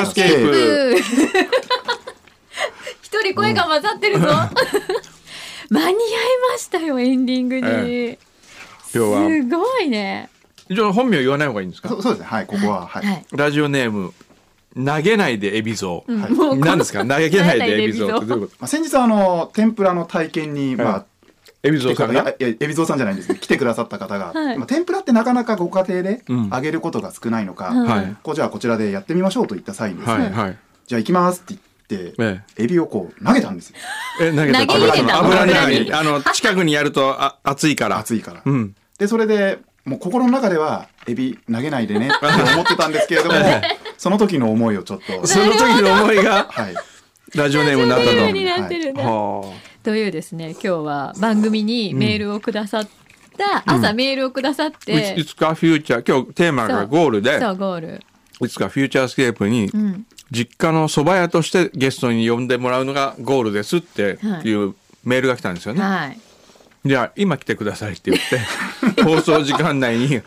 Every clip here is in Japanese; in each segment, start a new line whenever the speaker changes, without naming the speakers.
ンスケープ。
うん一人声が混ざってるぞ。 間に合いましたよエンディング
え
に。す
今日は
ごいね。
じゃあ本名言わない方がいいんですか
そ。うそうですね。はい、ここは、はい。
はい。
ラジオネーム投げないでエビゾ
うん
ウ。
はい
もうこの
何ですか投げないでエビゾウってどういうこ
まあ、先日、あの、天ぷらの体験に、まあ。
とエビゾ
て
ウさん
いや
が
いや海老蔵さんじゃないんですけど来てくださった方が、
はい
まあ、天ぷらってなかなかご家庭で
うん
揚げることが少ないのか、
うん
はい
こうじゃあこちらでやってみましょうと言った際にですね、
はいはい。
じゃあ行きますって言って、
え
エビをこう投げたんですよ
え投げた
投げ入れた
油に
油に
油にあの近くにやるとあ熱いから。
熱いから、
うん。
でそれでもう心の中ではエビ投げないでねって 思ってたんですけれどもその時の思いをちょっと
その時の思いが
はい
ラジオネームになっ
ラジオネーム
た
になってるんだ
と。はあ。
というですね今日は番組にメールをくださった、朝メールをくださっ
い
て、
ついつかフューチャー今日テーマがゴールで
そうゴール、
いつかフューチャースケープに
うん、
実家の蕎麦屋としてゲストに呼んでもらうのがゴールですって
はい
いうメールが来たんですよね。
はい
じゃあ今来てくださいって言って 放送時間内に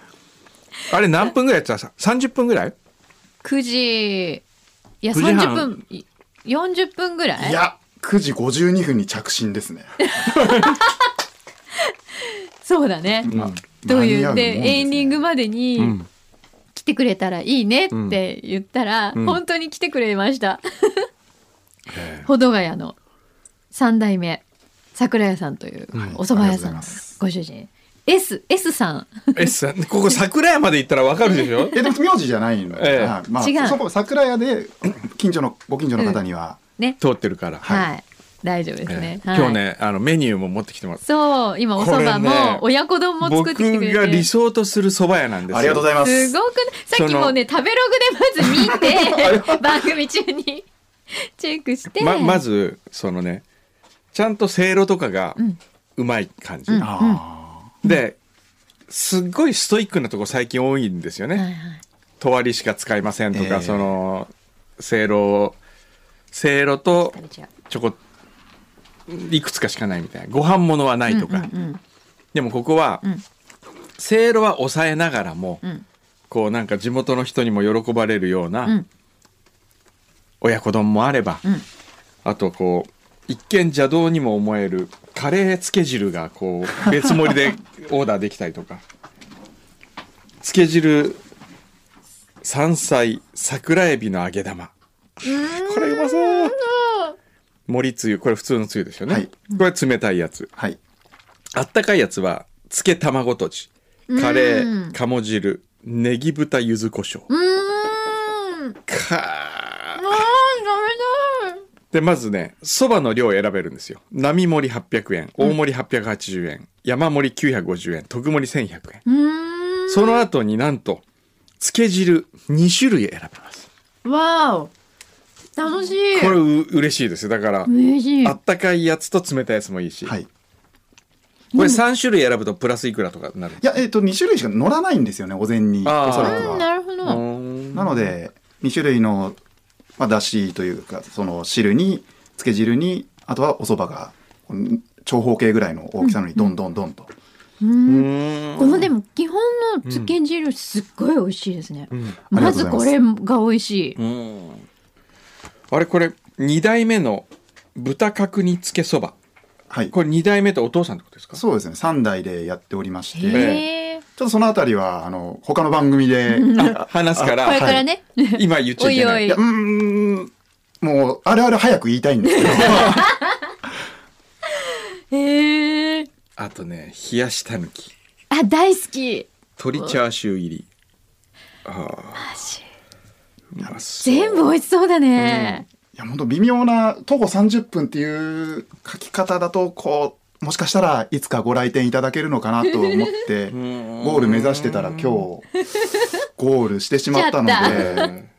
あれ何分ぐらいやってたさ30分ぐらい
9時いや
9時半
30分い40分ぐらい
いや9時52分に着信ですね、
そうだね、
まあ
と
間
い
に合
う
もん
でエンディング
ね
まで
う
に
ん
来てくれたらいいねって言ったら、
ん
本当に来てくれました
え
保土ヶ谷の三代目桜屋さんというお蕎麦屋さんのご主人、S S さん
ええさここ桜屋まで行ったらわかるでしょ
えでも名字じゃないので、
ええ
はいまあ、
違う
そこ桜屋で近所のご近所の方には、
ね
通ってるから、
はい、大丈夫です
え
ね
え、
はい
今日ねあのメニューも持ってきてます
そう今お蕎麦
これね
も親子丼も作ってきてくれて、
僕が理想とする蕎麦屋なんですよ
ありがとうございます
すごくないさっきもね食べログで まず見て番組中に チェックして、
ままずそのねちゃんとせいろとかがうまい感じ、
うん
あ
ですっごいストイックなとこ最近多いんですよね、
はいはい
とわりしか使いませんとか、
ええ
そのせいろをせいろと
食べちゃう
チョコいくつかしかないみたいなご飯物はないとか、
うんうん
でもここは
うん
せいろは抑えながらも、
うん
こうなんか地元の人にも喜ばれるよう
う
なん親子丼もあれば、
うん
あとこう一見邪道にも思えるカレーつけ汁がこう別盛りでオーダーできたりとか つけ汁山菜桜エビの揚げ玉これうまそう盛りつゆこれ普通のつゆですよね、
はい
これ冷たいやつ
ーはい
あったかいやつはつけ卵とじカレ
うん
ー鴨汁ネギ豚柚子胡椒
うーん
かー
あー食
でまずねそばの量を選べるんですよ並盛り800円大盛り880円、山盛り950円特盛り1100円
べたいうーん
その後になんとつけ汁2種類選べます
わお楽しい
これう嬉しいですよだから
嬉しい
あったかいやつと冷たいやつもいいし、
はいい
これ3種類選ぶとプラスいくらとかになる
やえっ、と2種類しか乗らないんですよねお膳におそ
あー
らく
うん
は
なるほど、
うーん
なので2種類のまあだしというかその汁につけ汁にあとはお蕎麦がこの長方形ぐらいの大きさのにどんどんどんと、
う
う
ーん
ーん
このでも基本のつけ汁すっごい美味しいですね、
うん
あり
ま
がとうご
ず
ざいま
こ
す
れが美味しい、
うんあれこれ2代目の豚角煮つけそば
はい
これ2代目ってお父さんってことですか
そうですね3代でやっておりまして、
え
ち
へえ
ょっとそのあたりはあの他の番組で
あ話すから
これからね、
今言っちゃいけない
おいお
いやうーんもうあるある早く言いたいんですけど
へえ
あとね冷やしたぬき
あ大好き
鶏チャーシュー入り
マジ
うまそう
全部美味しそうだね、
いや本当微妙な徒歩30分っていう書き方だとこうもしかしたらいつかご来店いただけるのかなと思って
うーん
ゴール目指してたら今日ゴールしてしまったの
しちゃ
う
で
ん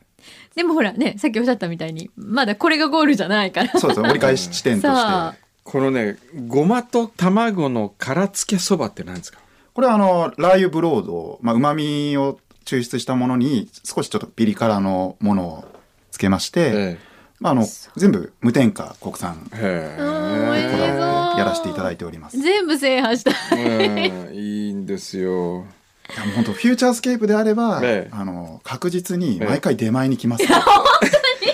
でもほらねさっきおっしゃったみたいにまだこれがゴールじゃないから
そうですね折り返し地点と
さあ
して
このねごまと卵の辛つけそばって何ですか
これはあのラー油ブロードまあ旨味を抽出したものに少しちょっとピリ辛のものをつけまして、
え
まあ、あの全部無添加国産
え
うん美
で
味
こ
し
だ
そう
わってやらせていただいております。
全部制覇した
うんいいんですよ
いやもう本当フューチャースケープであれば、
ええ
あの確実に
ええ
毎回出前に来ます、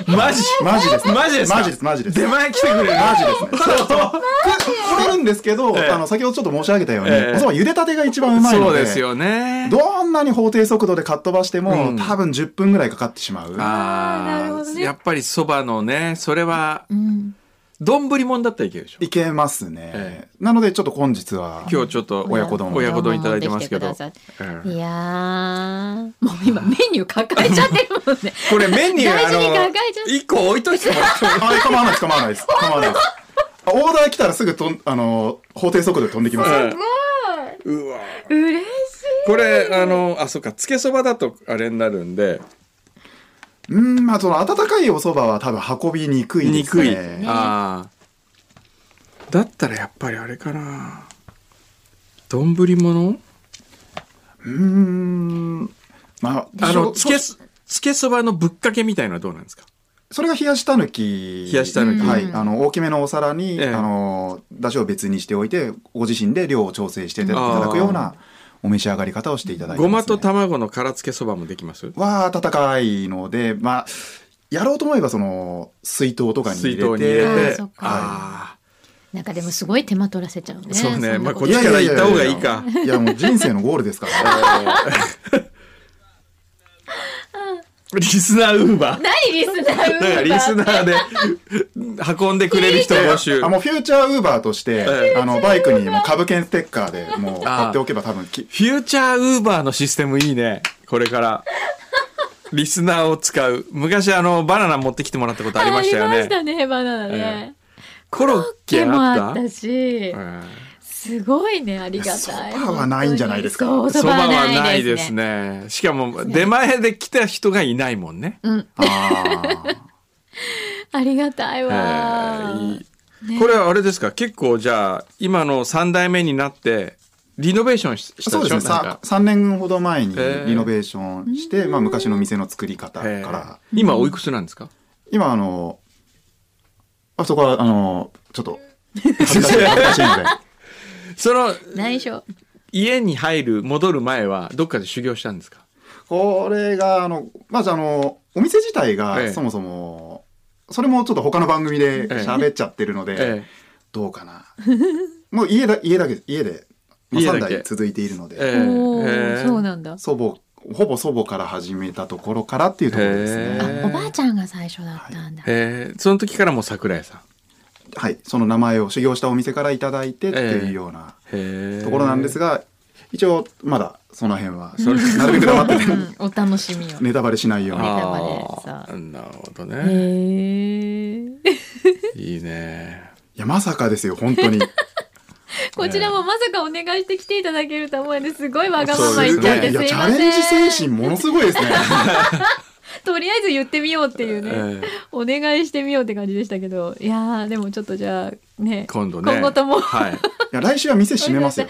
マジ
マジです。
マジですか
マジです。マジです。
出前来てくれる
マジですね。そうそう。く来れるんですけど、
ええ
あの、先ほどちょっと申し上げたように、
ええ
おそば茹でたてが一番うまいので、
そうですよね
どんなに法定速度でかっ飛ばしても、
うん
多分10分ぐらいかかってしまう。
あ
あーなるほど
あ
ね
やっぱりそばのねそれは
うん。
丼もんだったらいけるでしょ
いけますね、
え
なので、ちょっと本日は、
今日ちょっと
親子丼
親子丼いただいてますけど、
持ってきてくださっ
え
て
え
いやー、もう今メニュー抱えちゃってるもんね。
これメニュー
大
あ
事に抱え
の
ちゃって。
一個置いといてもらっても
あれ構わないです、構わないです。構わな いです。あオーダー来たらすぐとん、あの、法定速度で飛んできます。
うわ
嬉しい。
これあのあそっかつけそばだとあれになるんで
うん、まあ、その、温かいお蕎麦は多分運びにくいです
憎
ね。
い、
ね
あ
だったらやっぱりあれかな丼もの
うーん。まあ、
あの
そ
つけそつけそばのぶっかけみたいのはどうなんですか
それが冷やしたぬき。
冷やしたぬき
はい。
うん
あの、大きめのお皿に、
ええ
あの、出汁を別にしておいて、ご自身で量を調整していただくようなお召し上がり方をしていただいてます、
ご
ね。
まと卵の辛つけそばもできます
は温かいので、まあ、やろうと思えば、その、水筒とかに入
水
れ
筒
て。
に入れ
あー
て
そっか
あ
なんかでもすごい手間取らせちゃうね。
そうね
んな
まあ
と
こっちから行った方がいいか
いや、もう人生のゴールですからね。
ーリスナーウーバー
何リスナーウーバ
だ
ー
からリスナーで運んでくれる人募集
あもうフューチャーウーバーとして、
え
あのバイクにも株券ステッカー でもう
あー
買っておけば多分き
フューチャーウーバーのシステムいいね。これから。リスナーを使う。昔あの、バナナ持ってきてもらったことありましたよ
あり
ね
まし。たね、バナナね。
コロッケ
毛も
あ
あ
っ
ったたし、すごいね、ありがたい。
いやそばはないんじゃないですか
本当にそう、
そ
そ
ば
ば
は
は
な
ないい
で
ですすね。
ね。しかも、出前で来た人がいないもんね。
うん、
あー
ありがたい
え
わ。
ーいいこれはあれですか結構じゃあ、今の3代目になって、リノベーションしした
そう
で
で
し
す
ょ
ね
なんか
さ3年ほど前に
ええ
リノベーションして、まあ、昔の店の作り方
え
から
ー今おいくつなんですか
今あのあそこはあのちょっと恥ずかしい恥ずかしいの で
その、
内緒。
家に入る、戻る前は、どっかで修行したんですか
これがあのまずあのお店自体
ええ
がそもそも、それもちょっと他の番組で
ええ
喋っちゃってるので、
え
どうかな もう家だ家だけ家で、まあ、
家だけ
3代続いているので
ええ
おお、
ー
そうなんだ。
祖母ほぼ祖母から始めたところからっていうところです
へ
ね。
え
あおばあちゃんが最初だったんだ。
えーその時からもう桜井さん。
はい、その名前を修行したお店からいただいてって
え
い
え
うような
へー
ところなんですが、一応まだその辺は
れ
なるべく黙って
う
ね
んお楽しみを。
ネタバレしないように。
あタバレ
あ
そ
ーなるほど
へ
ね。
え。
いいね。
いやまさかですよ本 当に。
こちらもまさかお願いして来ていただけると思うんですごいわが
そ
ま
う
ま
で
言
す
っちゃっ
ね
て
い
す
やチ
い
ャ
ま
レンジ
せ
精
ん。
神ものすご いですね。
とりあえず言ってみようっていう
え
ね。
ー
お願いしてみようって感じでしたけどいやーでもちょっとじゃあね
今度ね。
今後とも、
はい。
いや来週は店閉めますよ。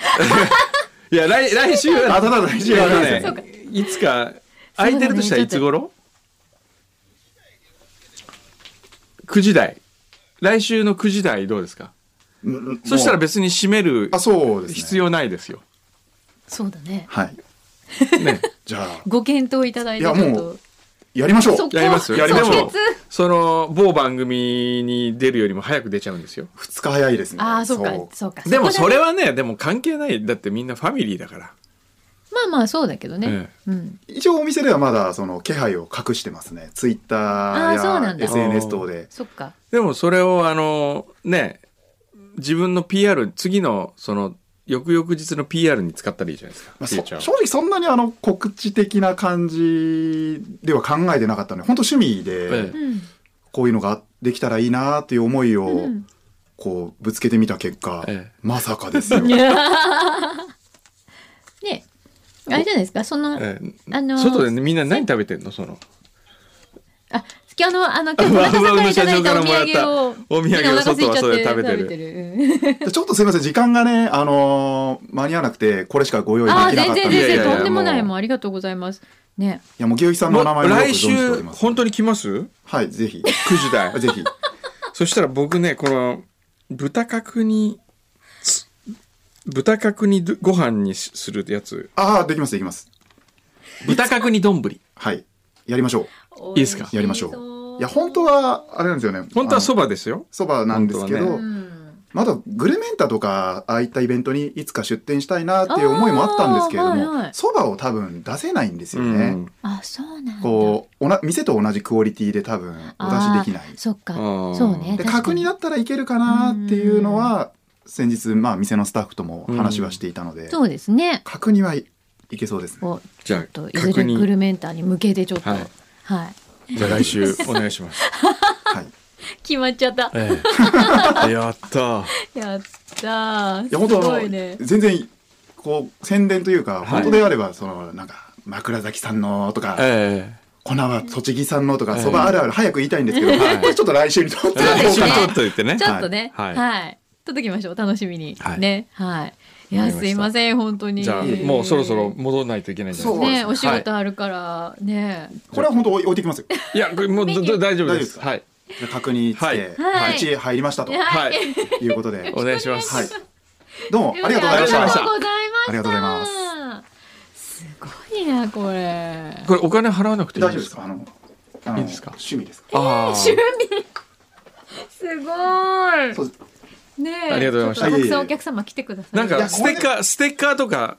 いや、来、来週は。
あただ来週はね
えーとねいつか、空いてるとしたらいつ頃 ?9 時台。来週の9時台どうですか
うん
そしたら別に閉める
あそうですね。
必。要ないですよ。
そうだね
はい。
ね。
じゃあ
ご検討いただいて
い
ちょ
や
っと
もうやりましょう
そ。
やります
やりましょう
でもその、某番組に出るよりも早く出ちゃうんですよ。
二日早いですね。
ああそうかそうか
でも
こ
そ
だね
れはね、でも関係ない。だってみんなファミリーだから。
まあまあそうだけどね、
え
うん
一応お店ではまだその気配を隠してますね。ツイッタ
あーそうな
ー
ん
や
だ
SNS 等で。
そっか
でもそれをあの、ね、自分の PR、次のその、翌々日の PR に使ったらいいじゃないですか。
まあ
フュ
そ
ーチャーを
正直そんなにあの告知的な感じでは考えてなかったので本当趣味
え
で
え
うん
こういうのができたらいいなっていう思いを
うん
こうぶつけてみた結果、
ええ
まさかですよ。
いやーねあれじゃないですかその、
ええ
あのー
外でねみんな何食べてんのその。
あ今日のあの今日
わう
田
わう
中
の
さんからいただい
社長から
た
もら
お
っ
土
た
産を
お土産を外はそれで食べてる
る
でちょっとすいません時間がね、あのー間に合わなくてこれしかご用意で
ああ
きなか
全
ったん
然全
でいやい
然
やいや
とんでもない
もう
もんありがとうございますね
いやもう牛さんのお名前もよく存
来
じてお
週、
ります。
本当に来ます ?9
はいぜひ
時台。
ぜひ
そしたら僕ねこの豚角につ豚角にどご飯にしするやつ
ああできますできます
豚角煮丼。
はいやりましょう。
い
いですか
やりましょう
う
や本当はあれなんですよね
本当は
あの
そばですよ。
そばなんですけ
本当
ど、
うん
まだグルメンタとかああいったイベントにいつか出店したいなっていう思いもあったんですけれど
あーはいは
も
い
そば、を多分出せないんですよ
う
ね、
ん
あそうなんだ
こうおな店と同じクオリティで多分お出しできない
あーそっか
うん
そうね
で
確か
角煮だったらいけるかなっていうのは先日まあ店のスタッフとも話はしていたので、
そうですね
角煮はいいけそうですね
お
じゃあ
ちょっといず
確
れグ
認。
ルメンターに向けてちょっとは
はいい、じゃあ来週お願いします。
はい
決まっちゃっ た
ええ、 やった。
やったー
いや
す
本当
ご
あ
い
の、
ね
全然こう宣伝というか
い
本当であれば、そのなんか枕崎さんのとか、
え
粉は栃木産のとか、
ええ
そばあるある早く言いたいんですけど、
はい
これちょっと来週にとって
え。
そ
お
うで
こう
す
か
ね
な
ちょっと言ってね。
ちょっとね、は、
はいい
取ってきましょう、楽しみに、
はい
ね、はい。いや、
わかりました
すいません、本当に。
じゃあ
えー
もうそろそろ戻らないといけないんじゃない
そう
で
です
ね、
ね
お仕事あるから、ね。
これは本当置い置いてきますよ
すか。いや、これもう
メ
ど
ニュー
ど大丈夫
大丈夫
で
です
す。
か
はい。
で確認して、
はい
はい、1入りましたと
はい。
いうことで、
お願いします。
はい、どうもありがとうございまし
あり
た
がとうございました。。
ありがとうございます
ごいな、これ。
これお金払わなくて
大
いいんで
丈夫ですす
か。
かあのあの
いいですか
趣味ですか
あ あ。
すご
そう
い。ねえ。
ありがとうございました
ちょっ
いえい
たく
え
さんお客様来てください。
なん
いや
かステッカーステッカーとか。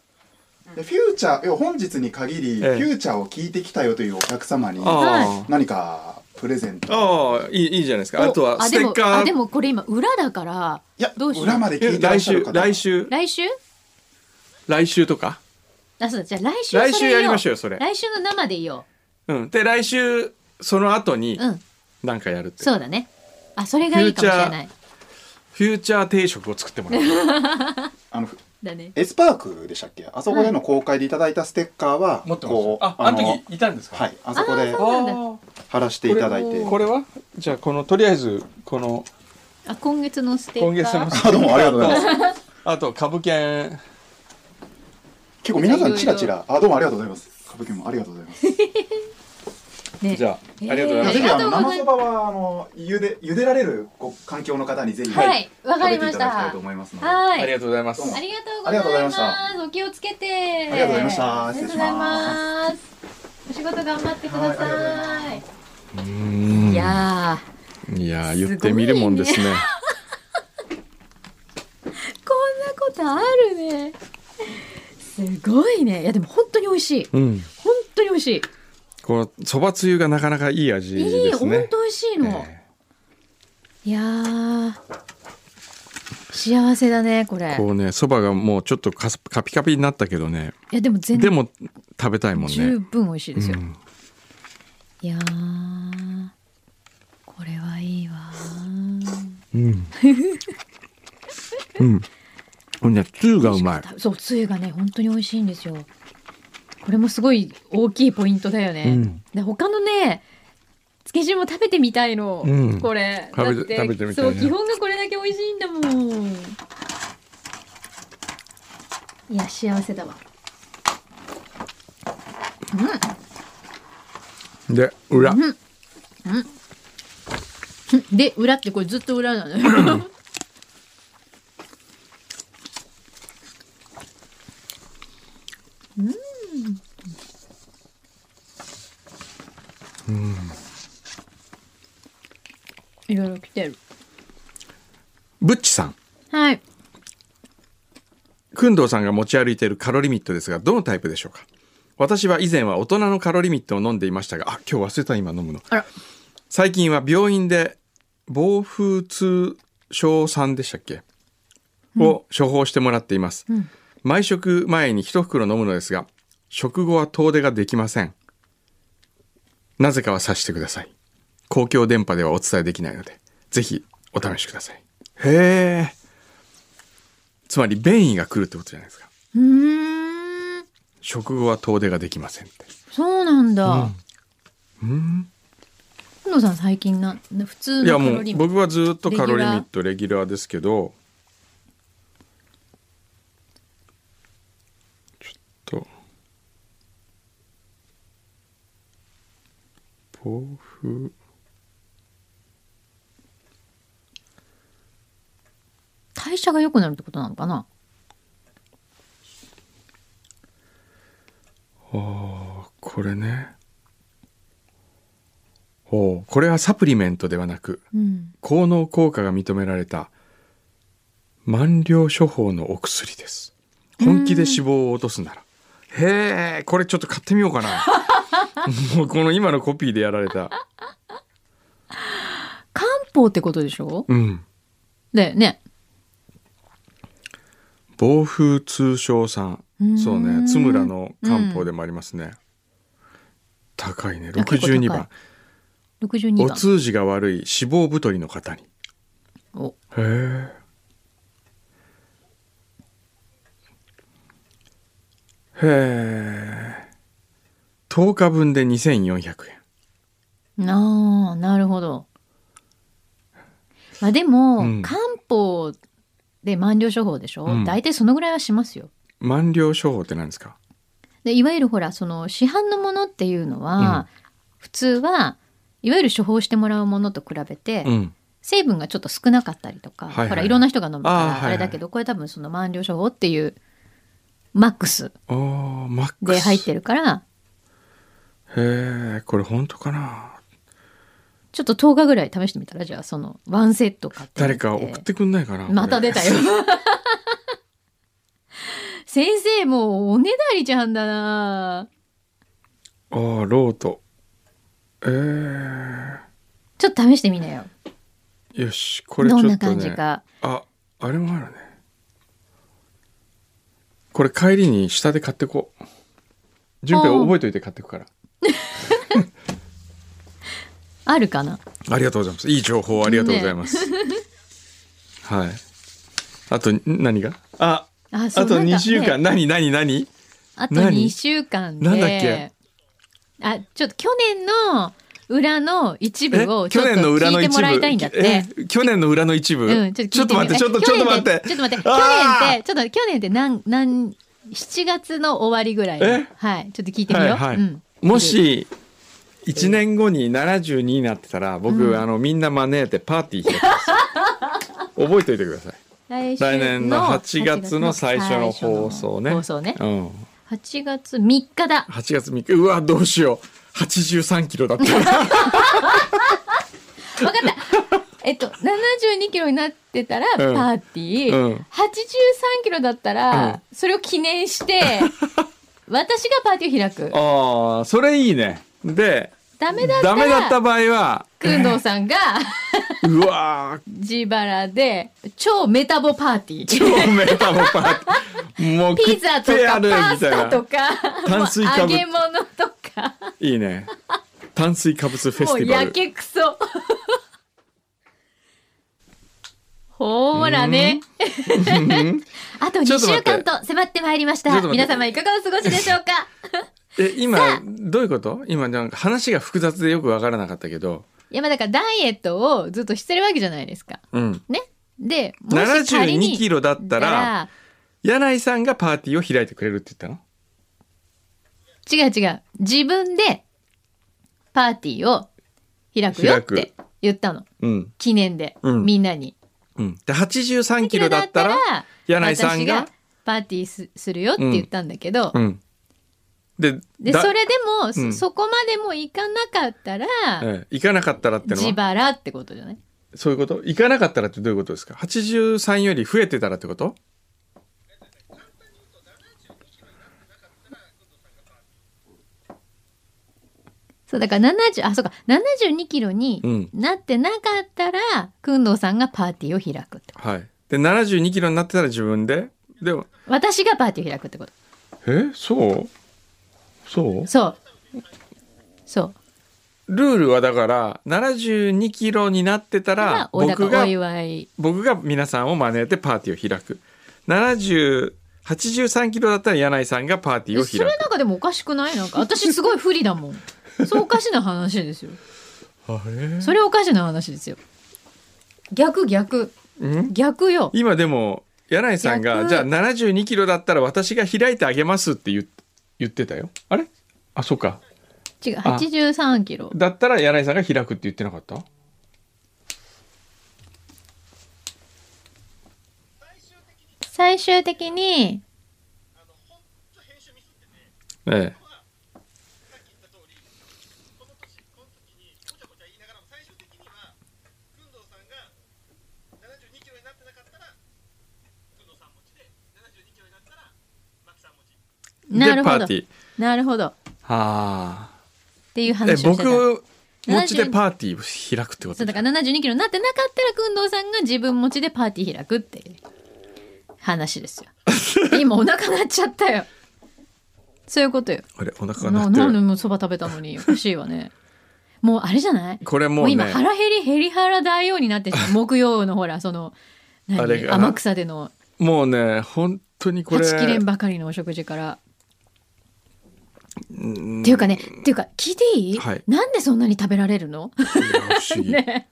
でフューチャーいや本日に限り、
ええ
フューチャーを聞いてきたよというお客様に
ああ。
何かプレゼント
ああいいいいじゃないです
お、
か。あとはステッカ
あでも、あで
ー。
もこれ今裏だから。
いや
どうしよう
裏まで聞い
え
てらっ
来
しゃる
週
方
来週
来週。
来週とか。
あ、そうだ、じゃ、あ来週それよ。
来週やりましょうよそれ。
来週の生でいいよ
うん。で来週その後に
う。うん。
なんかやるって。
そうだね。あ、それがいいかもしれない。
フューチャー定食を作っても らう。
あの
だね。
エスパークでしたっけあそこでの公開でいただいたステッカーは、
持ってます
こう
あ、あの時いたんですか。
はいあそこで
あーなんだ
あ
貼らせていただいて
あ。これはじゃあこのとりあえずこの
あ、今月のステッカー。
今月の
あどうもありがとうございます
ます。あと歌舞伎
結構皆さんチラチラあどうもありがとうございます歌舞伎もありがとうございますい
ね、
じゃあ
えー
ありがとうございま
や
す
ぜ。ひあの
あ
生
りがとうございます
そばはあの茹で茹でられるご環境の方にぜひ
はいわかりま
食べて
した
いただきたいと思いますので
はい。
ありがとうございます。
どうも
ありが
ありが
とう
とうござ
ござい
い
ま。
ますした
お気をつけて。
ありがとうございました
あり
失礼
がとうござい
しま
ます。お仕事頑張ってくだ
はい
さい。
うん
いや
いやー
すごいね
言ってみるもん ですね。
ー、こんなことあるね。すごいね。いやでも本当に美味しい。
うん。
本当に美味し
このそばつゆがなかなかいい味
い。いい、
です
本
ね。
当美味しいの。
え
いやー、幸せだねこれ
え。こうねそばがもうちょっとカスカピカピになったけどね。
いやでも全
で
然
も食べたいもん
十
ね。
分美味しいですよ。
うん
いやーこれはいいわー
うん。うん。これねつゆがうまい。
そうつゆがね本当に美味しいんですよこれもすごい大きいポイントだよね、
うん
で他のねつけ汁も食べてみたいの、
うん
これ
食べて
だって
食べてみたいね
そう基本がこれだけ美味しいんだもんいや幸せだわ
で裏。
で裏ってこれずっと裏なのよいろいろ来てる
ブッチさん。
はい
くんどうさんが持ち歩いているカロリミットですが、どのタイプでしょうか私は以前は大人のカロリミットを飲んでいましたが、あ、今日忘れた今飲むの。
あら
最近は病院で、防風痛症さんでしたっけを処方してもらっています。
ん
毎食前に一袋飲むのですが、食後は遠出ができません。なぜかは察してください。公共電波ではお伝えできないので、ぜひお試しください。へえ。つまり便意が来るってことじゃないですか。
うーん
食後は遠出ができませんって。
そうなんだ
うん。
くんどうさん最近なん普通
いや
のカ
も
ロ
う
リーも
僕はずっとカロリーミットレギュラーですけど。ちょっと。暴風。
代謝が良くなるってことなのかな
ああ、これね。あおうこれはサプリメントではなく
うん、
効能効果が認められた満量処方のお薬です本気で脂肪を落とすならへえこれちょっと買ってみようかな もうこの今のコピーでやられた
漢方ってことでしょ
うん
だよね
暴風通商さん
ーん
そうね津村の漢方でもありますね、高いね
や結構高い
62番
62
お
番
通じが悪い脂肪太りの方にへ
お
えへえ10日分で2400円
なあなるほどまあでも、
うん
漢方で満了処方でしょ、
うん
大体そのぐらいはしますよ
満量処方って何ですか
でいわゆるほらその市販のものっていうのは、普通はいわゆる処方してもらうものと比べて、
うん
成分がちょっと少なかったりとか、
はいはい
ほらいろんな人が飲むか
あーはい
ら
はい
あれだけど、これ多分その満了処方っていうマックス
あーマックス
で入ってるから
へえこれ本当かな
ちょっと10日ぐらい試してみたらじゃあそのワンセット買ってみ
誰か送ってくんないかな
また
これ
出 たよ先生もうおねだりちゃんだな
ああロートえー
ちょっと試してみなよ
よしこれちょっ
ど
と
ん
ね
な感じか
ああれもあるねこれ帰りに下で買ってこう順平
おう
覚えといて買ってくから
あるかな
ありがとうございますいい情報ありがとうございます、 はいあとん何があ
あ
あと2週間、
ね
何何何
あと
何
2週間で
なんだっけ
あちょっと去年の裏の一部
え
をちょ
去
っと
年の裏の
聞いて
一部
もらいたいんだって。
え去年の裏の一部、
うん、
ちょっと待ってちょっとちょっと待って
ちょっと待って。去
あー
年って、ちょっと去年って何、何、7月の終わりぐらいの
え。
はい。ちょっと聞いてみよう。
はいはい
うん
も、し1年後に72になってたら僕、
うん
あのみんな招いてパーティー開きます 覚えておいてください
来週
来年の8月の最初の放送ね
放送ね。
うん、
8月3日だ。
8月3日うわどうしよう83キロだった
わかった。えっと、72キロになってたらパ
うん
ーティー、
うん
83キロだったら、
うん
それを記念して、 私がパーティーを開く。
ああそれいいねで
ダメだった
ダ
ら、
メだった場合は
くんどうさんが
うわー
自腹で超メタボパーティー。
超メタボパーティーもう食
ピ
っ
ザと
てや
か
る
パ
み
スタ
たい
と
な
か、
炭水化
もう
物
揚げ物とか、
いいね炭水化物フェ
も
ス
う
ティバル
やけくそ。 ほーらね。 あと2
ちょっと待
週
って
間と迫ってまいりまし
ちょ
た
っ。と待っ
皆
て
様いかがお過ごしでしょう か
え今どういうこと今なんか話が複雑でよくわからなかったけど、
いや、まあだからダイエットをずっとしてるわけじゃないですか。
うん、
ね。で、もし仮に
72キロだった
だ
ら柳井さんがパーティーを開いてくれるって言ったの
違う違う。自分でパーティーを開くよっ
開く
て言ったの。
うん
記念で、
うん
みんなに。
うん、で83キロだったら柳井さん
私
が
がパーティーすするよって言ったんだけど、
うん、で
で
だ
それでも、そ
うん
そこまでも行かなかったら、
ええ行かなかったらっての
自
は
腹ってことじゃない
そういうこと行かなかったらってどういうことですか83より増えてたらってこと
そうだから70あそうか72キロになってなかったら、くんどうさんがパーティーを開くってこ
はいで72キロになってたら自分ででも
と私がパーティーを開くってこと
えそうそう
そうそう
ルールはだから72キロになってたら
おだか
僕
ら
が
お祝い
僕が皆さんを招いてパーティーを開く7083キロだったら柳井さんがパーティーを
それ
開
なんかでもおかしくないなんか私すごい不利だもんそうおかしな話ですよ
くあれ
それおかしな話ですよ逆逆
ん
逆よ
今でも柳井さんが
逆
じゃあ72キロだったら私が開いてあげますって言っ言ってたよあれあそうか
違う83キロ
だったら柳井さんが開くって言ってなかった
最終的に
ええ
な
で
る
パ
ほ
ー
ど
ティー。
なるほどっ
はあ。
ていう
え
話をしてた
僕を持ちで
70
パーティーを開くってこ
そ
と
うだから72キロになってなかったら工藤さんが自分持ちでパーティー開くっていう 話ですよ今お腹鳴っちゃったよそういうことよ
あれお腹が鳴
な
って
なんで
る
もうそば食べたのにおかしいわねもうあれじゃない
これもう
もう
ね
今腹減り減り腹大王になって しまう木曜のほらその何
あれが
天草での
もうね本当にこれ
立ちきれんばかりのお食事から。っていうかねっていうか聞いていい、
はい
なんでそんなに食べられ るの
いや不思議
ね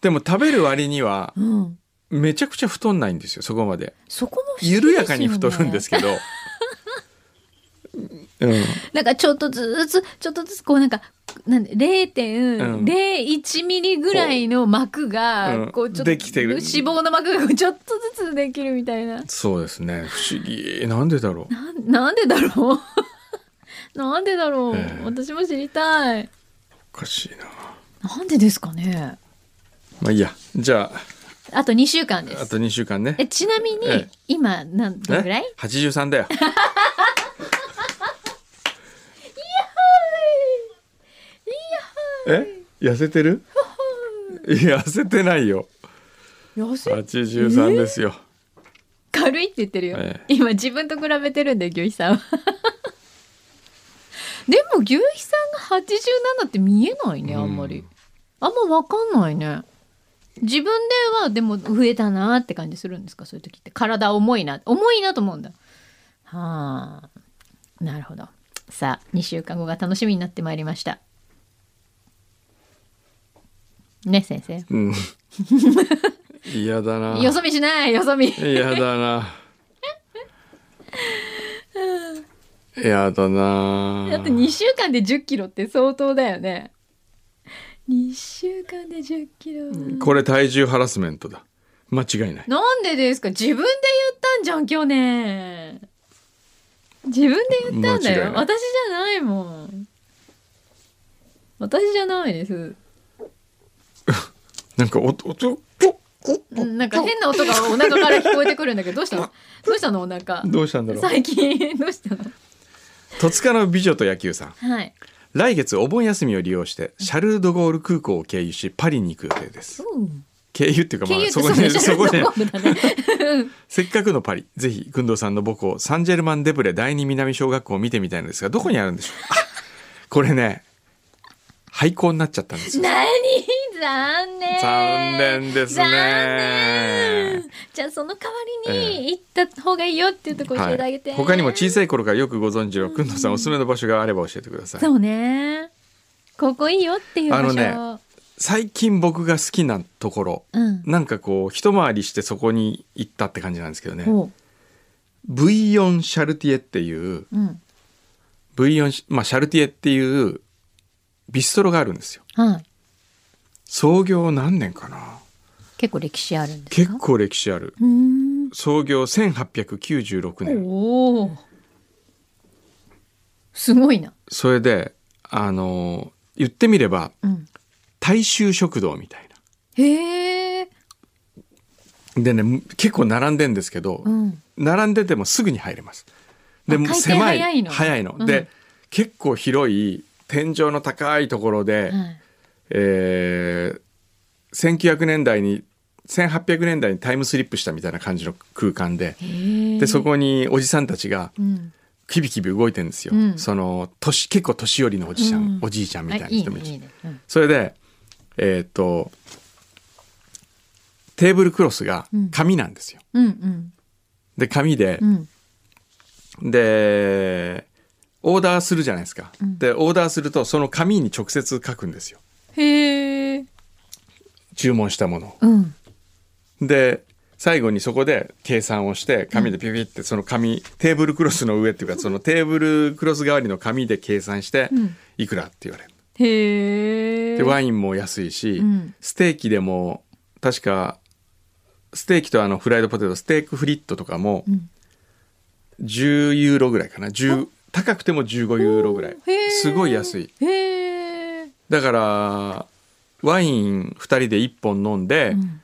でも食べる割には
うん、
めちゃくちゃ太んないんですよそこまで
そこも不思議ですよね
緩やかに太るんですけどうん
なんかちょっとずつちょっとずつこうなんかなんで
うん
0.01ミリぐらいの膜
う
が
ん
こうちょっと
できてる
脂肪の膜がちょっとずつできるみたいな
そうですね不思議なんでだろう
なんなんでだろう なんでだろう、
ええ
私も知りたい
おかしいな
なんでですかね
まあいいやじゃ
あと2週間で
ああ
す
と2週間ね
えちなみに、
ええ
今なんどれぐらい
え83だよえ痩せてるいや痩せてないよ
痩せ
83ですよ、
軽いって言ってるよ、
ええ
今自分と比べてるんだよ牛肥さんは でも牛肥さんが87って見えないねあんまり、
うん
あんま分かんないね自分ではでも増えたなって感じするんですかそういう時って体重いな重いなと思うんだはあなるほどさあ2週間後が楽しみになってまいりましたね先生
うん嫌、だな
よそ見しないよそ見
嫌だな嫌だな
だって2週間で1 0キロって相当だよね2週間で1 0キロ
これ体重ハラスメントだ間違いない
なんでですか自分で言ったんじゃん去年自分で言った
間
んだ
違
よ
いない
私じゃないもん私じゃないです
なんかおおと
うんなんか変な音がお腹から聞こえてくるんだけどどうしたのどうしたのお腹
どうしたんだろう
最近 どうしたの
戸塚の美女と野球さん
はい
来月お盆休みを利用してシャルルドゴール空港を経由しパリに行く予定です
うん
経由っていうか
経
ま
由っ
あ
て
そ
そ
こ
う
で
ねシャ
そ
ルル
こ
ド
で
ゴールだ ねうん
せっかくのパリぜひ工藤さんの母校サンジェルマンデブレ第二南小学校を見てみたいのですがどこにあるんでしょうかこれね廃校になっちゃったんですよ
何残念
残念ですね
残念じゃあその代わりに行った方がいいよっていうとこ教えてあげて、
はい、他にも小さい頃からよくご存知のくんのさんおすすめの場所があれば教えてください
そうねここいいよっていう場所
あの最近僕が好きなところ
うん
なんかこう一回りしてそこに行ったって感じなんですけどね
ほ
ブイヨン・シャルティエっていう
ううん
ブイヨン、まあ、シャルティエっていうビストロがあるんですよ
はい
創業何年かな
結構歴史あるんですか
結構歴史ある
うーん
創業1896年
おおすごいな
それであの言ってみれば
うん
大衆食堂みたいな
へえ
でねむ結構並んでんですけど、
うん
並んでてもすぐに入れます
あ
でもう
回転
狭い
早いのうん
で結構広い天井の高いところで、
はい
えー1900年代に1800年代にタイムスリップしたみたいな感じの空間で
へえ
でそこにおじさんたちが
うん
キビキビ動いてるんですよ、
うん
その年結構年寄りのおじさん、
うん
おじいちゃんみ
あ
たいない
い
人
ね
もいる
いいね、うん
それでえっ、とテーブルクロスが紙なんですよ、
うん
で紙で、
うんうん
でオーダーするじゃないですか、
ん
でオーダーするとその紙に直接書くんですよ
へえ
注文したもの
うん
をで最後にそこで計算をして紙でピュピュってその紙テーブルクロスの上っていうかその テーブルクロス代わりの紙で計算して
うん
いくらって言われる、
へえ。
でワインも安いし、
うん
ステーキでも確かステーキとあのフライドポテトステークフリットとかも
うん
10ユーロぐらいかな10高くても15ユーロぐらい
へー
すごい安い
へえ。
だからワイン2人で1本飲んで、
うん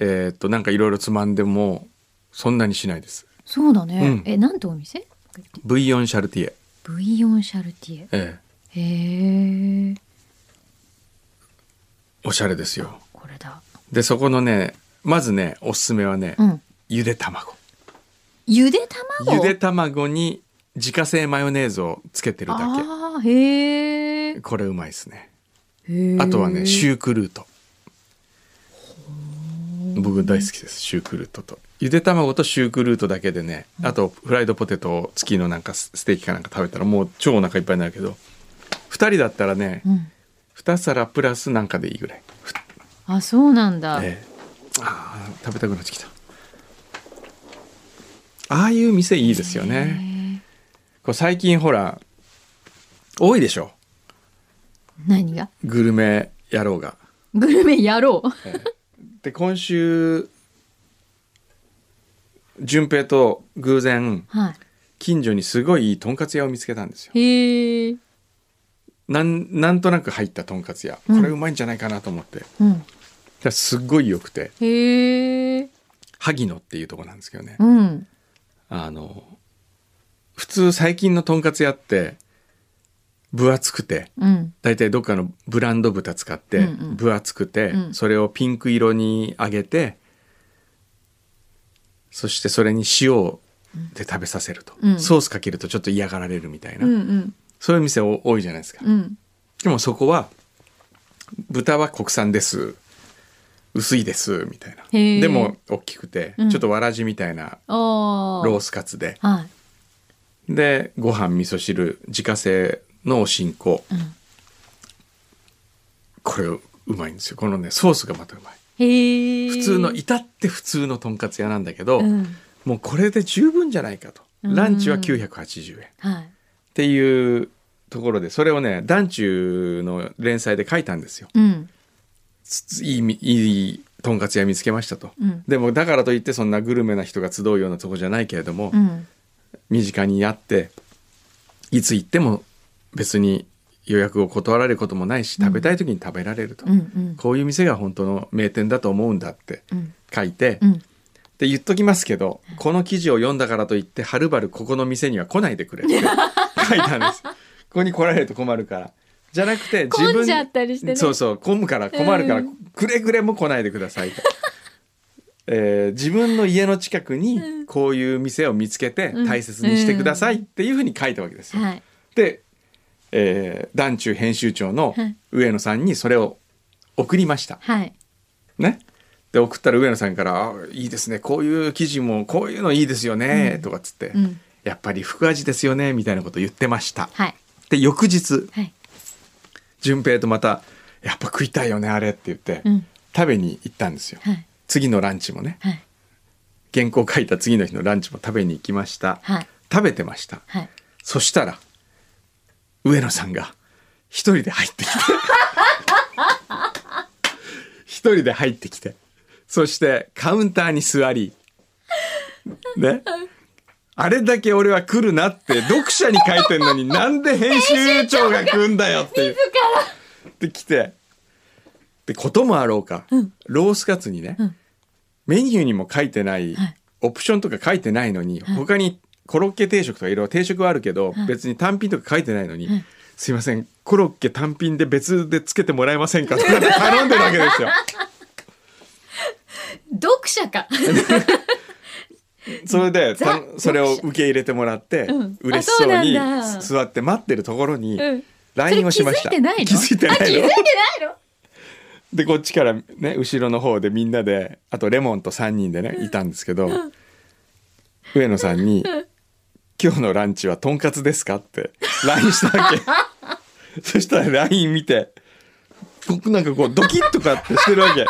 えーっとなんかいろいろつまんでもそんなにしないです
そうだね。
うん
え、なんてお店？
ブイヨンシャルティエ。
ブイヨンシャルティ
ええ。
エへえ
おしゃれですよ。
これだ
で、そこのね、まずね、おすすめはね、
うん
ゆで卵。
ゆで卵
ゆで卵に自家製マヨネーズをつけてるだ
ああへ
け。
え
これうまいですね。
へえ
あとはね、シュークルート。僕大好きです、シュークルートと。ゆで卵とシュークルートだけでね、あとフライドポテトを月のなんかスステーキかなんか食べたらもう超お腹いっぱいになるけど、二人だったらね、
うん
二皿プラスなんかでいいぐらい。ふ
あそうなんだ、
ええあー食べたくなってきた。ああいう店いいですよね。
へえ
こう最近ほら、多いでしょ。
何が
グルメ野郎が。
グルメやろう
で今週順平と偶然
は
近所にすごいいいとんかつ屋を見つけたんですよ
いへえ
なんなんとなく入ったとんかつ屋こ
うん
れうまいんじゃないかなと思って、
うん
ですっごい良くて
へえ
萩野っていうとこなんですけどね、
うん
あの普通最近のとんかつ屋って分厚くて
うん
大体どっかのブランド豚使って
うんうん
分厚くて、
うん
それをピンク色に揚げてそしてそれに塩で食べさせると、
うん
ソースかけるとちょっと嫌がられるみたいな、
うんうん
そういう店お多いじゃないですか、
うん
でもそこは豚は国産です薄いですみたいな
へー
でも大きくて、
うん
ちょっとわらじみたいな
ああ
ロースカツで
はい
でご飯味噌汁自家製のおしんこ、
ん
これうまいんですよこのねソースがまたうまい
へえ
普通の至って普通のとんかつ屋なんだけど、
うん
もうこれで十分じゃないかと
うん
ランチは980円っ
はい
ていうところでそれをね「団中」の連載で書いたんですよ
うん
つついいみいいとんかつ屋見つけましたと、
うん
でもだからといってそんなグルメな人が集うようなとこじゃないけれども、
うん
身近にあっていつ行っても別に予約を断られることもないし食べたい時に食べられると、
うんうん
こういう店が本当の名店だと思うんだって
うん
書いて、
うん
で言っときますけどこの記事を読んだからといってはるばるここの店には来ないでくれって書いたん ですここに来られると困るからじゃなくて自分
混んじゃったりしてね
そうそう混むから困るから、
うん
くれぐれも来ないでくださいと、 えー自分の家の近くにこういう店を見つけて
うん
大切にしてくださいっていうふうに書いたわけですよ、
はい
で、えー、団中編集長の
はい
上野さんにそれを送りました
はい
ね。で送ったら上野さんからあ「いいですねこういう記事もこういうのいいですよね」とかっつって、
うん
やっぱり副味ですよね」みたいなこと言ってました。
はい
で翌日
はい
順平とまた「やっぱ食いたいよねあれ」って言って、
うん
食べに行ったんですよ。
はい
次のランチもね
はい
原稿書いた次の日のランチも食べに行きました、
はい
食べてました
はい
そしたら上野さんが一人で入ってきて一人で入ってきてそしてカウンターに座りねあれだけ俺は来るなって読者に書いてんのになんで編集長が来んだよっていう。で来てでこともあろうか、ロースカツにね、
ん
メニューにも書いてない、
はい
オプションとか書いてないのに、他にコロッケ定食とかいろいろ定食はあるけど、
い
別に単品とか書いてないのに、
はい
すいませんコロッケ単品で別でつけてもらえませんかと かって頼んでるわけですよ。
読者か
それで
ザ
たそれを受け入れてもらって、
うん
嬉しそうに
あそうなんだ
座って待ってるところに
うん
LINE をしました。
それ
気
気
づ
づ
い
い
て
て
な
ないい
の
のあ気づいてないの
でこっちからね後ろの方でみんなであとレモンと3人でねいたんですけど上野さんに「今日のランチはとんかつですか?」って LINE したわ けそしたら LINE 見て僕なんかこうドキッとかってしてるわけ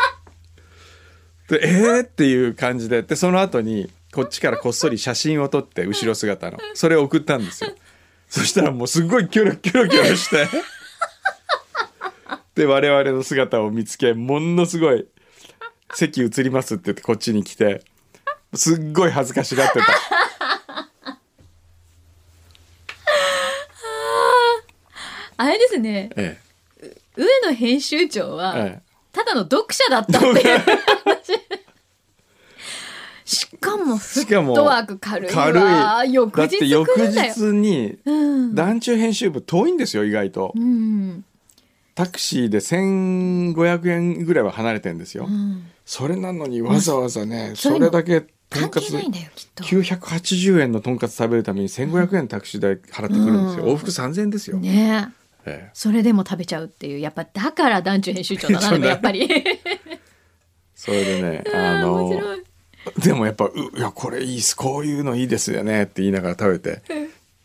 でえーっていう感じででその後にこっちからこっそり写真を撮って後ろ姿のそれを送ったんですよそしたらもうすごいキョロキョロキョロして。で我々の姿を見つけものすごい「席移ります」って言ってこっちに来てすっごい恥ずかしがってた
あれですね
え
上野編集長は、
ええ
ただの読者だったっていうしっかもフ
しか
ッ
も
トワーク軽いわ
軽い
翌
だっ
日
て
来
翌
るんだよ
日に
うん
団中編集部遠いんですよ意外と
うん
タクシーで1500円ぐらいは離れてんですよ、
うん
それなのにわざわざね、
そうい
そう
の
れだけとん
関
か
係
つ
ないんだよきっと
980円のとんかつ食べるために1500円タクシー代払ってくるんですよ、
うん
往復3000円ですよ、
ね
え
え
え
それでも食べちゃうっていうやっぱだから団中編集長だな
そうね
でもやっぱり
それでねあ
あー 面
の
白い
でもやっぱ「ういやこれいいっすこういうのいいですよね」って言いながら食べて、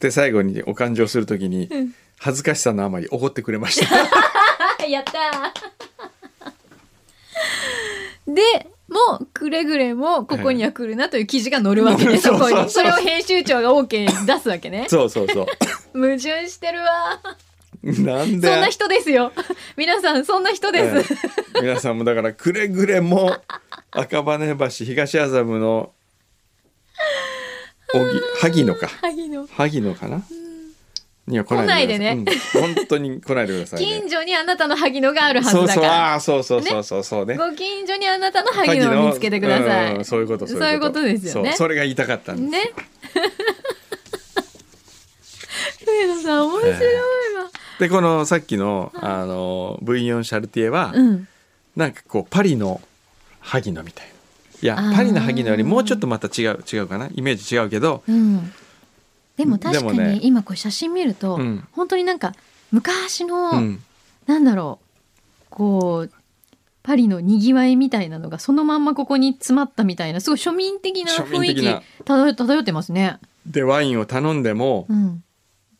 で最後にお勘定するときに、恥ずかしさのあまり怒ってくれました
あやった ーでもうくれぐれもここには来るなという記事が載るわけね、
はい
そこ
そうそ
に
うそ
そ
う
れを編集長が OK 出すわけね
そうそうそう
矛盾してるわ
なん で
そんな人ですよ 皆さんそんな人です、
ええ皆さんもだからくれぐれも赤羽橋東麻布の荻萩野か
萩野
萩野かな、には来ないでくださ
来ないいでね
うん本当に来ないでくださいね
近所にあなたの萩野があるはず
そう
だ
そ
か
う
ら
ああそうそうそうそうそうね
ご近所にあなたの萩野を見つけてくださ
うん
い
そういうこと
そういうことですよね
そうそれが言いたかったんです、
ね。 上野さん面白いわ。
でこのさっきのあの V4 シャルティエは、
うん。
なんかこうパリの萩野みたいないや
あー
パリの萩野よりもうちょっとまた違う違うかなイメージ違うけど
うん。でも確
でも
か
ね
に今こう写真見ると、
うん
本当になんか昔の、
うん
なんだろうこうパリのにぎわいみたいなのがそのまんまここに詰まったみたいなすごい庶民的な
庶民
雰囲
的な
気漂漂ってますね。
でワインを頼んでも
うん。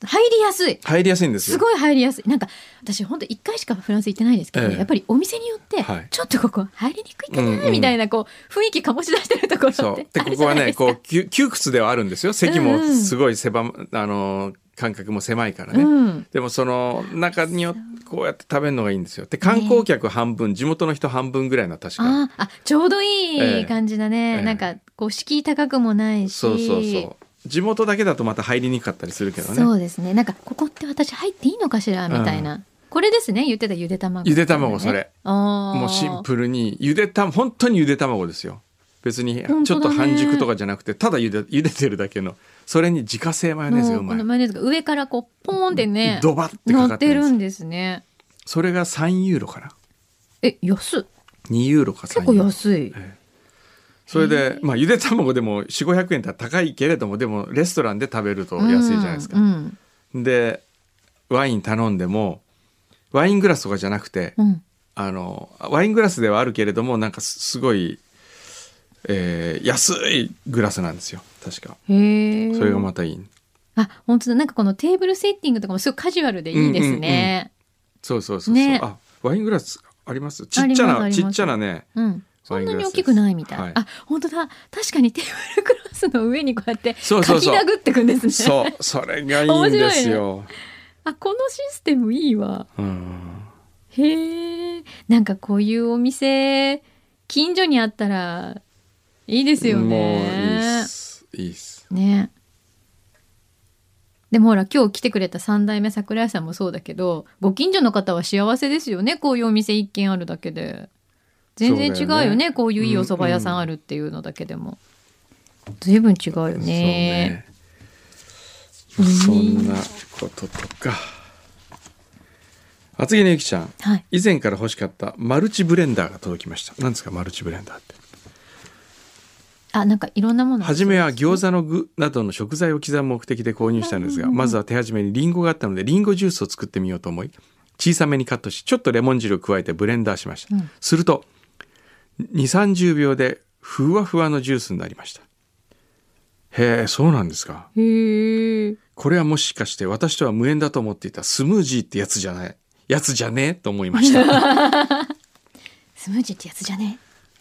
入りやすい。
入りやすいんです
す
よ
ごい入りやすいなんか私本当一回しかフランス行ってないですけど、
ええ
やっぱりお店によって
はい
ちょっとここ入りにくいか
うんう
なんみたいなこう雰囲気醸し出してるところ
そ
っ
う
て
で
あ
こ
るじ
こ
ゃ
は
な
ね
いですか
こう窮窮屈ではあるんですよ席
う
も
んうん
すごい狭、あの間隔も狭いからね、
うん
でもその中によこうやって食べるのがいいんですよで観光客半分、地元の人半分ぐらいな確か
ああちょうどい
え
い
え
感じだね、
ええ
なんかこう敷居高くもないし
そうそうそう地元だけだとまた入りにくかったりするけど
そ
ね
うですねなんかここって私入っていいのかしらみたいな、これですね言ってたゆで卵、
ゆで卵それ
も
もうシンプルにゆでた本当にゆで卵ですよ別にちょ
本当
っ
だ
と
ね
半熟とかじゃなくてただゆでゆでてるだけのそれに自家製マヨネーズがう
こ
まい
のマヨネーズが上からこうポーンってね
ドバってか
乗
か
っ
って
て
るんで
る
す
んですね
それが3ユーロかな
え安い
2ユーロか3
結
ユ
構
ーロ
安い、
それで、まあ、ゆで卵でも4500円って高いけれどもでもレストランで食べると安いじゃないですか、
うんうん
でワイン頼んでもワイングラスとかじゃなくて、
うん
あのワイングラスではあるけれどもなんかすすごい、えー安いグラスなんですよ確か
へえ。
それがまたいい、
あ、本当だ。なんかこのテーブルセッティングとかもすごいカジュアルでいいですね。
そうそうそうそう、
ね
あワイングラスありますち
あり
っち
ます
ゃ
ありま
な
す
ちっちゃなね
うん。そん
ワ
な
イング
に
ラ
大
スです
きくないみたい。
はい
あ、本当だ。確かにテーブルクロスの上にこうやって書
そう
き
そうそう
殴ってくんですね。
そうそれがいいんですよ、
あ、このシステムいいわ。
うん
へえ。なんかこういうお店、近所にあったらいいですよ
もういい
ね
っ。すいいっす
ね。でもほら今日来てくれた三代目桜井さんもそうだけどご近所の方は幸せですよねこういうお店一軒あるだけで全然違
そ
うよね
うだよね
こういういいお蕎麦屋さんあるっていうのだけでも、随分違うよね
そうねそんなこととか厚木のゆきちゃん
はい
以前から欲しかったマルチブレンダーが届きました何ですかマルチブレンダーって
あなんかいろんなもの
初めは餃子の具などの食材を刻む目的で購入したんですが、まずは手始めにリンゴがあったのでリンゴジュースを作ってみようと思い小さめにカットしちょっとレモン汁を加えてブレンダーしました、
うん
すると230秒でふわふわのジュースになりましたへえそうなんですか
へえ
これはもしかして私とは無縁だと思っていたスムージーってやつじゃないやつじゃねえと思いました
スムージーってやつじゃね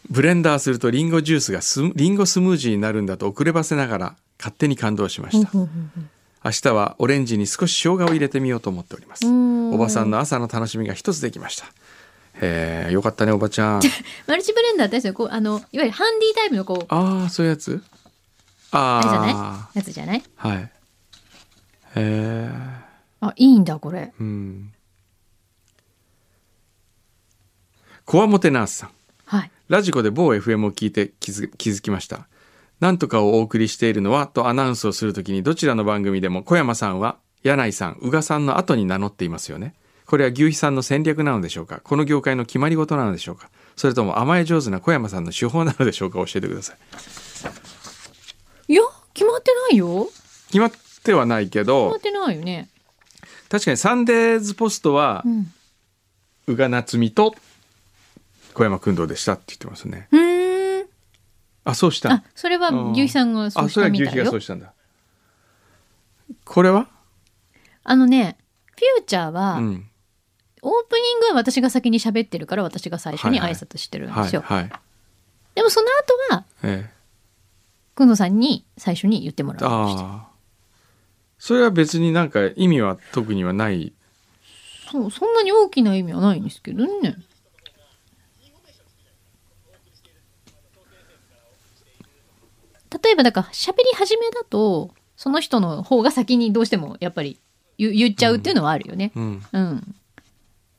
ブレンダーするとリンゴジュースがスリンゴスムージーになるんだと遅ればせながら勝手に感動しました明日はオレンジに少し生姜を入れてみようと思っております
うん
おばさんの朝の楽しみが一つできましたへえよかったねおばち ゃん
マルチブレンダーってやつよこうあのいわゆるハンディタイプのこう
ああそういうやつ
あれじゃ
あ
ないやつじゃない
あはいへえ
あいいんだこれ
うんコアモテナースさん
はい
ラジコで某 FM を聞いて気づ気づきました。なんとかをお送りしているのはとアナウンスをするときにどちらの番組でも小山さんは柳井さん、宇賀さんの後に名乗っていますよね。これは牛肥さんの戦略なのでしょうかこの業界の決まり事なのでしょうかそれとも甘え上手な小山さんの手法なのでしょうか教えてください。
いや決まってないよ
決まってはないけ
決まっ
ど、
てないよね
確かにサンデーズポストは
う、ん
宇賀夏美と小山君堂でしたって言ってますね。
うーん
あ、そうした。
あそれは牛肥さんがそう
あ、
し
それ
た
は
み
牛
たい
皮がそう
よ
したんだ。これは
あのねフューチャーは、
うん。
オープニングは私が先に喋ってるから私が最初に
はい
挨
はい
拶してるんで
はい、
すよ、
はい。
でもその後は
ええ。
くんどさんに最初に言ってもらいました
ああ。それは別になんか意味は特にはない。
そうそんなに大きな意味はないんですけどね例えばだから喋り始めだとその人の方が先にどうしてもやっぱり言言っちゃうっていうのはあるよね
うん。
うん、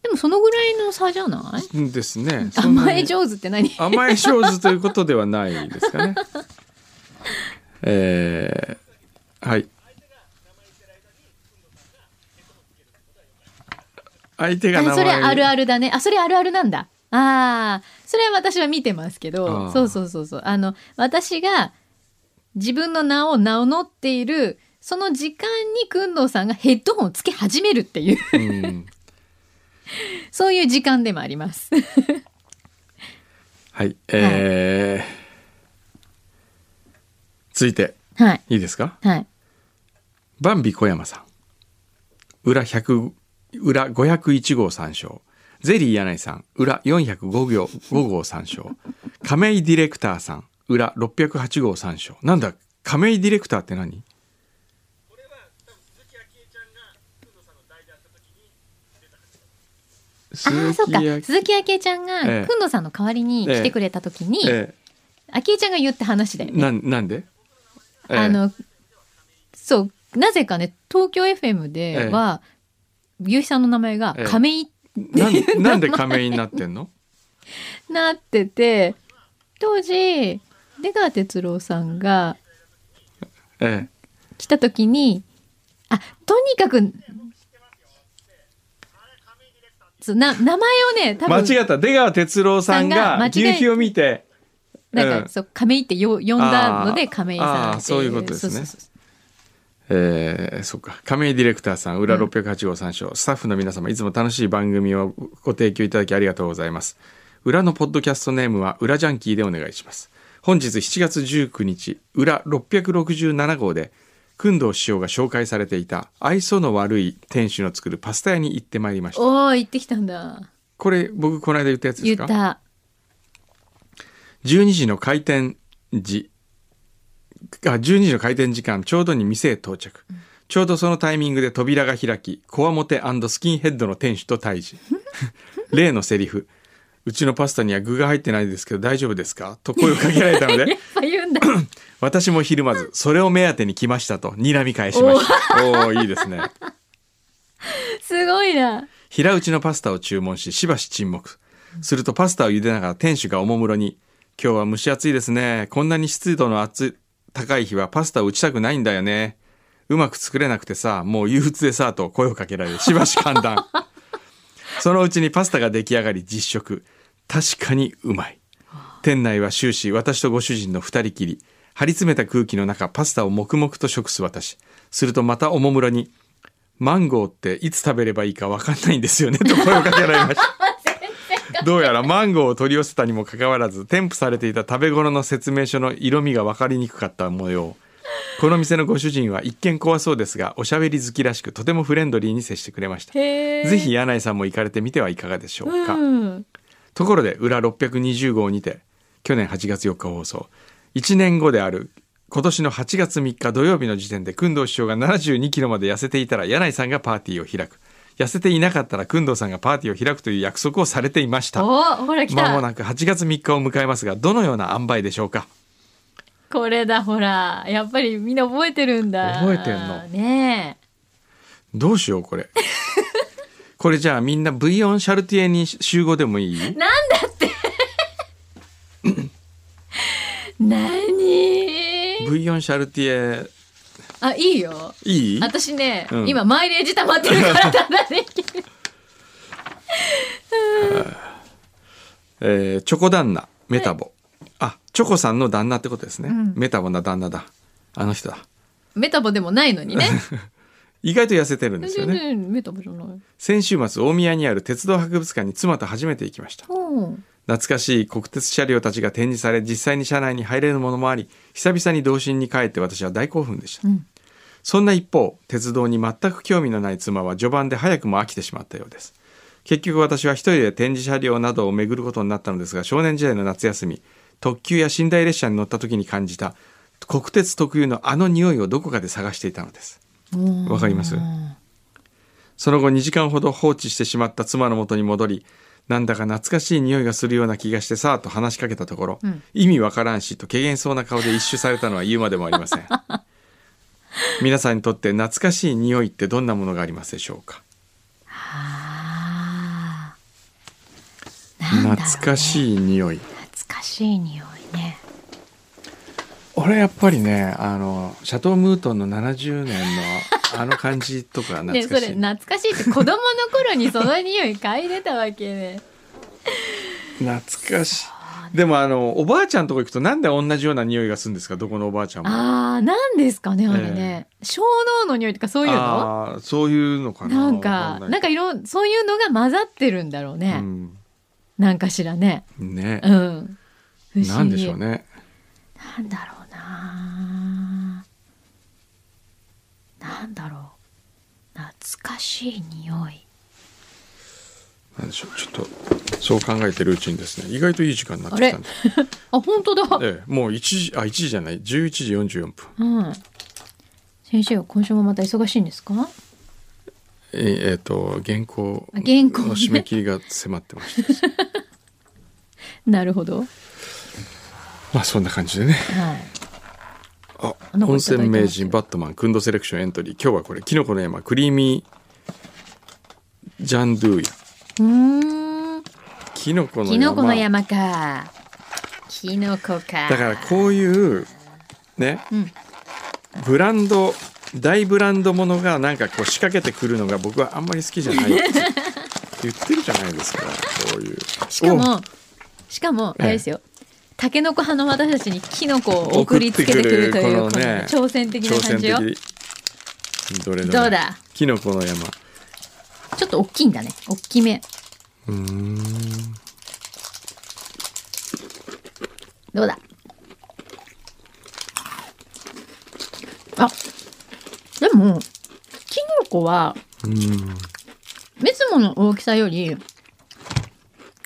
でもそのぐらいの差じゃない
ですね。そんなに
甘え上手って何
甘え上手ということではないですか ね。えー、はい。相手が名
あ
前
それあるあるだねあそれあるあるなんだああそれは私は見てますけ
あ
ど
ー
そうそうそうそうあの私が自分の名を名乗っているその時間にくんどうさんがヘッドホンをつけ始めるっていう
うん
そういう時間でもあります
はい。えー続いて、
はい
いいですか
はい
バンビ小山さん。裏100、裏501号参照。ゼリー柳井さん、裏405行、5号参照。亀井ディレクターさん、裏608号参照。なんだ、亀井ディレクターって何
ああそうか
鈴木
鈴木あきえちゃんが
ええ
くんどうさんの代わりに来てくれた時に、
明え
あきえちゃんが言った話だよ
え
ね
なんなんで、ええ
あのそうなぜかね東京 FM では、ゆうひさんの名前が
ええ
亀井って
なんなんで亀井になってんの
なってて当時出川哲朗さんが
え
来た時にあとにかくそうな名前をね
え、
多
間
分
違った出川哲朗さん
さんが間
が
違え
牛皮を見て
なん
うん
かそう亀井ってよ呼んだ
あ
ので
ー
亀井さんっ
あ
て
ーそういうことですね
そうそうそう
えー、そっか亀井ディレクターさん裏
うん
608号参照、スタッフの皆様いつも楽しい番組をご提供いただきありがとうございます裏のポッドキャストネームは裏ジャンキーでお願いします本日7月19日裏667号で工藤師匠が紹介されていた愛想の悪い店主の作るパスタ屋に行ってまいりました
おー行ってきたんだ
これ僕この間言ったやつで
言
すか
った
12時の開店時あ12時の開店時間ちょうどに店へ到着、ちょうどそのタイミングで扉が開きこわもてスキンヘッドの店主と対 峙例のセリフ「うちのパスタには具が入ってないですけど大丈夫ですか?」と声をかけられたの で
あ言うんだ
私もひるまずそれを目当てに来ましたと睨み返しましたおおーいいですね
すごいな
平打ちのパスタを注文ししばし沈黙するとパスタを茹でながら店主がおもむろに「今日は蒸し暑いですねこんなに湿度の厚い高い日はパスタを打ちたくないんだよねうまく作れなくてさもう憂鬱でさ」と声をかけられしばし寒暖そのうちにパスタが出来上がり実食確かにうまい店内は終始私とご主人の二人きり張り詰めた空気の中パスタを黙々と食す私するとまたおもむろに「マンゴーっていつ食べればいいか分かんないんですよね」と声をかけられましたどうやらマンゴーを取り寄せたにもかかわらず添付されていた食べ頃の説明書の色味が分かりにくかった模様この店のご主人は一見怖そうですがおしゃべり好きらしくとてもフレンドリーに接してくれました
へえ
ぜひ柳井さんも行かれてみてはいかがでしょうか、
うん
ところで裏620号にて去年8月4日放送1年後である今年の8月3日土曜日の時点で工藤首相が7 2キロまで痩せていたら柳井さんがパーティーを開く痩せていなかったら工藤さんがパーティーを開くという約束をされていました
おーほら来
まも
た
なく8月3日を迎えますがどのような塩梅でしょうか
これだほらやっぱりみんな覚えてるんだ
覚えてんの
ねえ
どうしよう これこれじゃあみんな V オンシャルティエに集合でもいい
何
ブイヨンシャルティエ
あいいよ
いい
私ね、
うん
今マイレージ溜まってるからただ できる
えーチョコ旦那メタボ、あチョコさんの旦那ってことですね、
ん
メタボな旦那だあの人だ
メタボでもないのにね
意外と痩せてるん ですよ
全
ね
然メタボじゃない
先週末大宮にある鉄道博物館に妻と初めて行きました
うん
懐かしい国鉄車両たちが展示され実際に車内に入れるものもあり久々に童心に帰って私は大興奮でした、
うん
そんな一方鉄道に全く興味のない妻は序盤で早くも飽きてしまったようです結局私は一人で展示車両などを巡ることになったのですが少年時代の夏休み特急や寝台列車に乗った時に感じた国鉄特有のあの匂いをどこかで探していたのですわかりますその後2時間ほど放置してしまった妻の元に戻り、なんだか懐かしい匂いがするような気がしてさーと話しかけたところ、意味わからんしと軽減そうな顔で一蹴されたのは言うまでもありませ ん。皆さんにとって懐かしい匂いってどんなものがありますでしょうか
あーなんだろう
懐
ね
かしい匂い。
懐かしい匂いね
俺やっぱりね、あの、シャトームートンの70年のあの感じとか
ね
懐
そ
か
れ
しい。
懐かしいって子供の頃にその匂い嗅いでたわけ
懐
ね
かしい。でもあの、おばあちゃんとこ行くとなんで同じような匂いがするんですかどこのおばあちゃんも。
あーなんですかねあれね、小脳の匂いとかそういうの
あーそういうのかな
なん
わ
か
ん
なんかいろんそういうのが混ざってるんだろう
う
ね、
ん
なんかしらね
ね
うん不思議
なんでしょうね
なんだろうななんだろう懐かしい匂い
なんでしょうちょっとそう考えてるうちにですね意外といい時間になってきたんで、
あ本当だ、
ええ、もう1時あ1時じゃない11時44分
うん先生は今週もまた忙しいんですか
えええっと原稿
あ原稿ね
の締め切りが迫ってました
なるほどはい
まあそんな感じでねあ
あなんか
温
いただい
泉
てます
名人バットマンくんどセレクションエントリー今日はこれキノコの山クリーミージャンドゥイヤ
うーん
キノコの
キノ
山
コの山かキノコか
だからこういうね、
うん
ブランド大ブランドものがなんかこう仕掛けてくるのが僕はあんまり好きじゃない言ってるじゃないですかこういう
しか
お
もしかもあれですよ、タケノコ派の私たちにキノコを送りつけてくるという
送ってくるこのね
この挑戦的な
挑
感
戦
じよ
的どれどれ
どうだ
キノコの山
ちょっと大きいんだね大きめ
うーん
どうだあでもキノコはいつもの大きさより、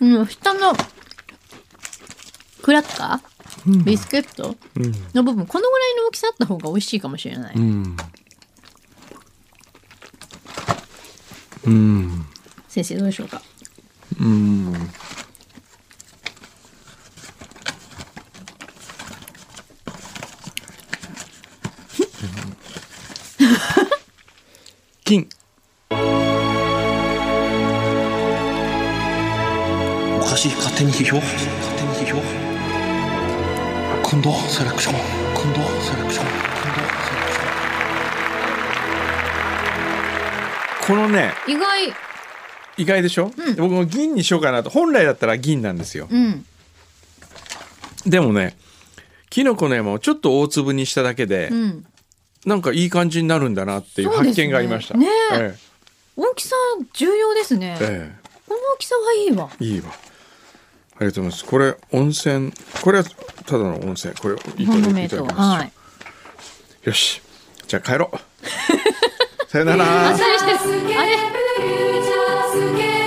うん、下のクラッカービスケットの部分、このぐらいの大きさあった方が美味しいかもしれない、
うんうん
先生どうでしょうか
うん金
おかしい勝手に批評勝手に批評今度セレクション今度セレクション今度セレクション
このね
意外
意外でしょ、
うん
僕も銀にしようかなと本来だったら銀なんですよ
うん
でもねキノコの山をちょっと大粒にしただけで、
うん
なんかいい感じになるんだなっていう
そうで
発
すね
見がありました
ねえ
え
大きさ重要ですね、
えええ
この大きさはいいわ
いいわ。ありがとうございます。これ温泉、これはただの温泉、これいただき
日本の名
いただ
刀
きます、
はい
よし、じゃあ帰ろう。さよな
あ
ら
っ。さりしてあれ
Future Escape.